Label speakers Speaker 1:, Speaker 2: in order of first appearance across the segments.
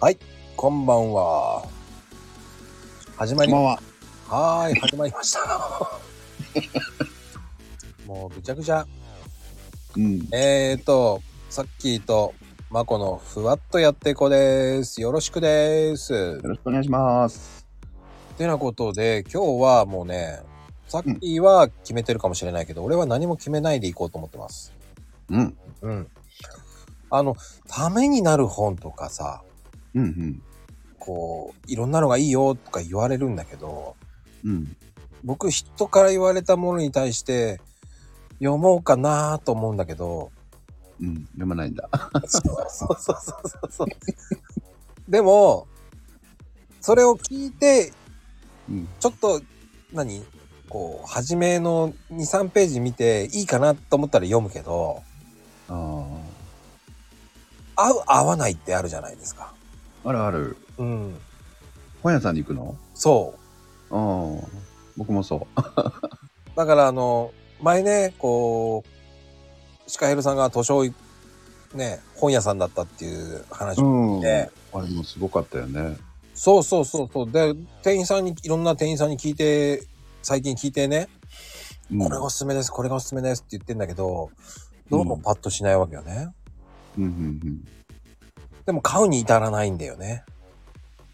Speaker 1: はい、こんばんは。始ま
Speaker 2: こん
Speaker 1: り、
Speaker 2: ば
Speaker 1: は
Speaker 2: んは。
Speaker 1: ーい、始まりました。 もうぐちゃぐちゃ。
Speaker 2: うん。
Speaker 1: えーと、さっきと、まこのふわっとやっていこうです。よろしくです
Speaker 2: よ。ろしくお願いします。
Speaker 1: てなことで、今日はもうね、さっきは決めてるかもしれないけど、俺は何も決めないでいこうと思ってます。
Speaker 2: うん。
Speaker 1: うん。あの、ためになる本とかさ、
Speaker 2: うんうん。
Speaker 1: こう、いろんなのがいいよとか言われるんだけど、
Speaker 2: うん。
Speaker 1: 僕人から言われたものに対して読もうかなと思うんだけど
Speaker 2: うん。読まないんだ。
Speaker 1: そうそうそうそうそうでもそれを聞いて
Speaker 2: うん。
Speaker 1: ちょっと何こう初めの23ページ見ていいかなと思ったら読むけど
Speaker 2: あ
Speaker 1: 合う合わないってあるじゃないですか
Speaker 2: あ。あるある。
Speaker 1: うん
Speaker 2: 本屋さんに行くの
Speaker 1: そ
Speaker 2: ああ。僕もそう
Speaker 1: だからあの前ねこうシカヘルさんが図書ね本屋さんだったっていう話
Speaker 2: う。
Speaker 1: を
Speaker 2: うん。
Speaker 1: ね
Speaker 2: あれもすごかったよね。
Speaker 1: そうそうそうそう。で、店員さんに、いろんな店員さんに聞いて、最近聞いてね、
Speaker 2: うん
Speaker 1: これがおすすめです、これがおすすめですって言ってんだけど、どうもパッとしないわけよね。
Speaker 2: うんうんうん。
Speaker 1: でも買うに至らないんだよね。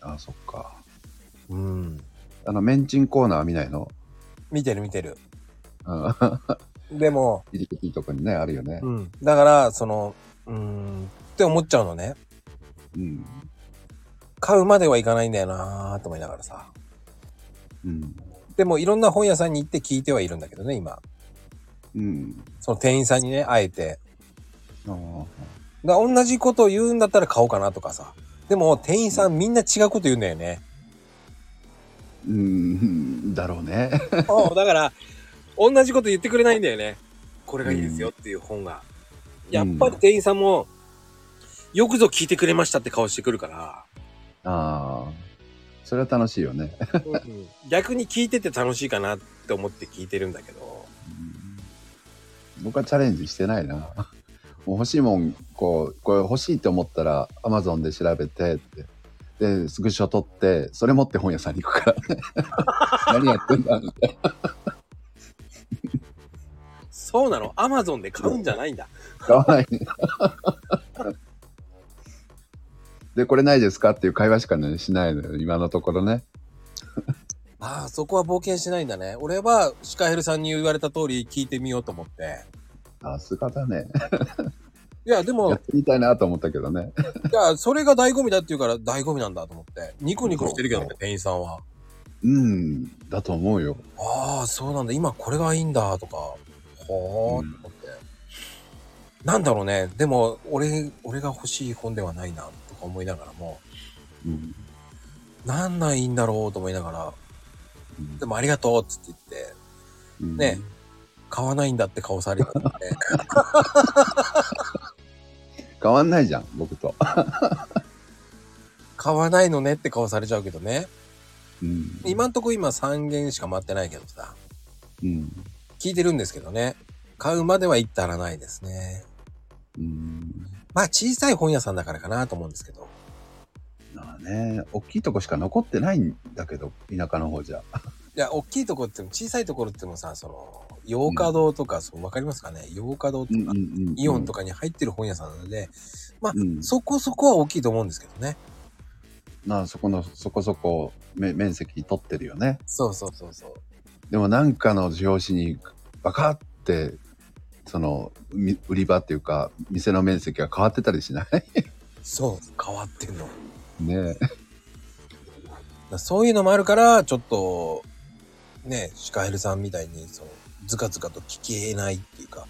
Speaker 2: ああ、そっか。
Speaker 1: うん。
Speaker 2: あの、メンチンコーナーは見ないの
Speaker 1: 見てる見てる。
Speaker 2: うん。
Speaker 1: でも、
Speaker 2: 入り口のとこにね、あるよね
Speaker 1: う。ん。だから、その、うーん、って思っちゃうのね。
Speaker 2: うん。
Speaker 1: 買うまではいかないんだよなーと思いながらさ。
Speaker 2: うん。
Speaker 1: でも、いろんな本屋さんに行って聞いてはいるんだけどね、今。
Speaker 2: うん。
Speaker 1: その店員さんにね、会えて。
Speaker 2: ああ。
Speaker 1: だから同じことを言うんだったら買おうかなとかさ。でも店員さんみんな違うこと言うんだよね。
Speaker 2: うん。だろうね。
Speaker 1: うん だから、同じこと言ってくれないんだよね。これがいいですよっていう本が。やっぱり店員さんも、よくぞ聞いてくれましたって顔してくるから、
Speaker 2: ああ。それは楽しいよね。
Speaker 1: 逆に聞いてて楽しいかなって思って聞いてるんだけど。
Speaker 2: うん僕はチャレンジしてないな。もう欲しいもん、こう、これ欲しいと思ったら、アマゾンで調べてって。で、スクショ撮って、それ持って本屋さんに行くからね。 何やってんだみたい
Speaker 1: そうなのアマゾンで買うんじゃないんだ。
Speaker 2: な。買わない。で、これないですかっていう会話しかね、しないのよ。今のところね。
Speaker 1: ああ、そこは冒険しないんだね。俺はシカヘルさんに言われた通り聞いてみようと思って。
Speaker 2: さすがだね。
Speaker 1: いや、でも
Speaker 2: やっ、てみたいなと思ったけどね。
Speaker 1: いや、それが醍醐味だって言うから醍醐味なんだと思って。ニコニコしてるけどね
Speaker 2: そ、
Speaker 1: 店員さんは。
Speaker 2: うん、だと思うよ。
Speaker 1: ああ、そうなんだ。今これがいいんだとか。はあ、と思って。なんだろうね。でも、俺、俺が欲しい本ではないな、とか思いながらも、
Speaker 2: うん。
Speaker 1: なんないんだろうと思いながら、
Speaker 2: うん
Speaker 1: でもありがとうっつって言って、ね買わないんだって顔されてて、
Speaker 2: 変わんないじゃん、僕と。
Speaker 1: 買わないのねって顔されちゃうけどね。
Speaker 2: うん、
Speaker 1: 今んとこ今3件しか待ってないけどさ、
Speaker 2: うん。
Speaker 1: 聞いてるんですけどね。買うまでは至らないですね。
Speaker 2: うん。
Speaker 1: まあ小さい本屋さんだからかなと思うんですけど。
Speaker 2: まあね、大きいとこしか残ってないんだけど、田舎の方じゃ。
Speaker 1: いや、大きいとこっても小さいところってもさ、その、洋華堂とか、そうわかりますかね洋華堂とか、イオンと
Speaker 2: か。
Speaker 1: かに入ってる本屋さんなので、まあ、
Speaker 2: うん
Speaker 1: そこそこは大きいと思うんですけどね。
Speaker 2: まあそこの、そこそこめ面積取ってるよね。
Speaker 1: そうそうそうそう。
Speaker 2: でもなんかの表紙にバカって、その、み売り場っていうか、店の面積が変わってたりしない
Speaker 1: そう、変わってんの。だか
Speaker 2: ね
Speaker 1: らそういうのもあるから、ちょっと、ね、シカヘルさんみたいに、そう、ズカズカと聞けないっていうか、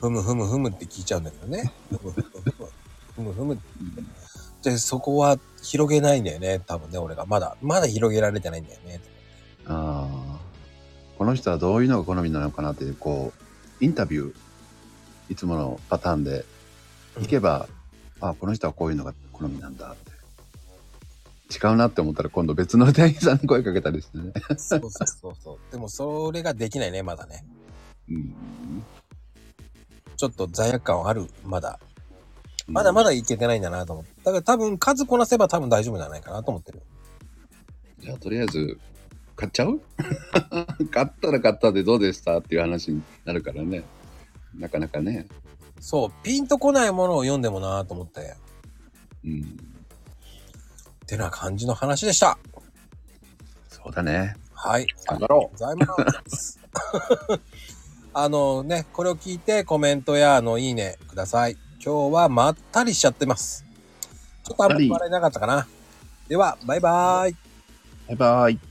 Speaker 1: ふむふむふむって聞いちゃうんだけどね。ふむふむふむ。ふむふむで、そこは広げないんだよね。多分ね、俺が。まだ、まだ広げられてないんだよね。
Speaker 2: ああ。この人はどういうのが好みなのかなって、こう、インタビュー、いつものパターンで行けば、あこの人はこういうのが好みなんだって違うなって思ったら今度別の店員さんに声かけた りしてね、
Speaker 1: そうそうそうそう。でもそれができないね、まだね。
Speaker 2: うん、
Speaker 1: ちょっと罪悪感はある、まだ。まだまだいけてないんだなと思って。だから多分数こなせば多分大丈夫じゃないかなと思ってる。
Speaker 2: じゃあ、とりあえず、買っちゃう 買ったら買ったでどうでしたっていう話になるからね。なかなかね。
Speaker 1: そう、ピンとこないものを読んでもなと思って。
Speaker 2: うん。
Speaker 1: てな感じの話でした。
Speaker 2: そうだね。
Speaker 1: はい。
Speaker 2: 頑張ろ
Speaker 1: ありがとうございます。 あのね、これを聞いてコメントやあのいいねください。今日はまったりしちゃってます。ちょっとあんまり笑えなかったかな。では、バイバーイ。
Speaker 2: バイバイ。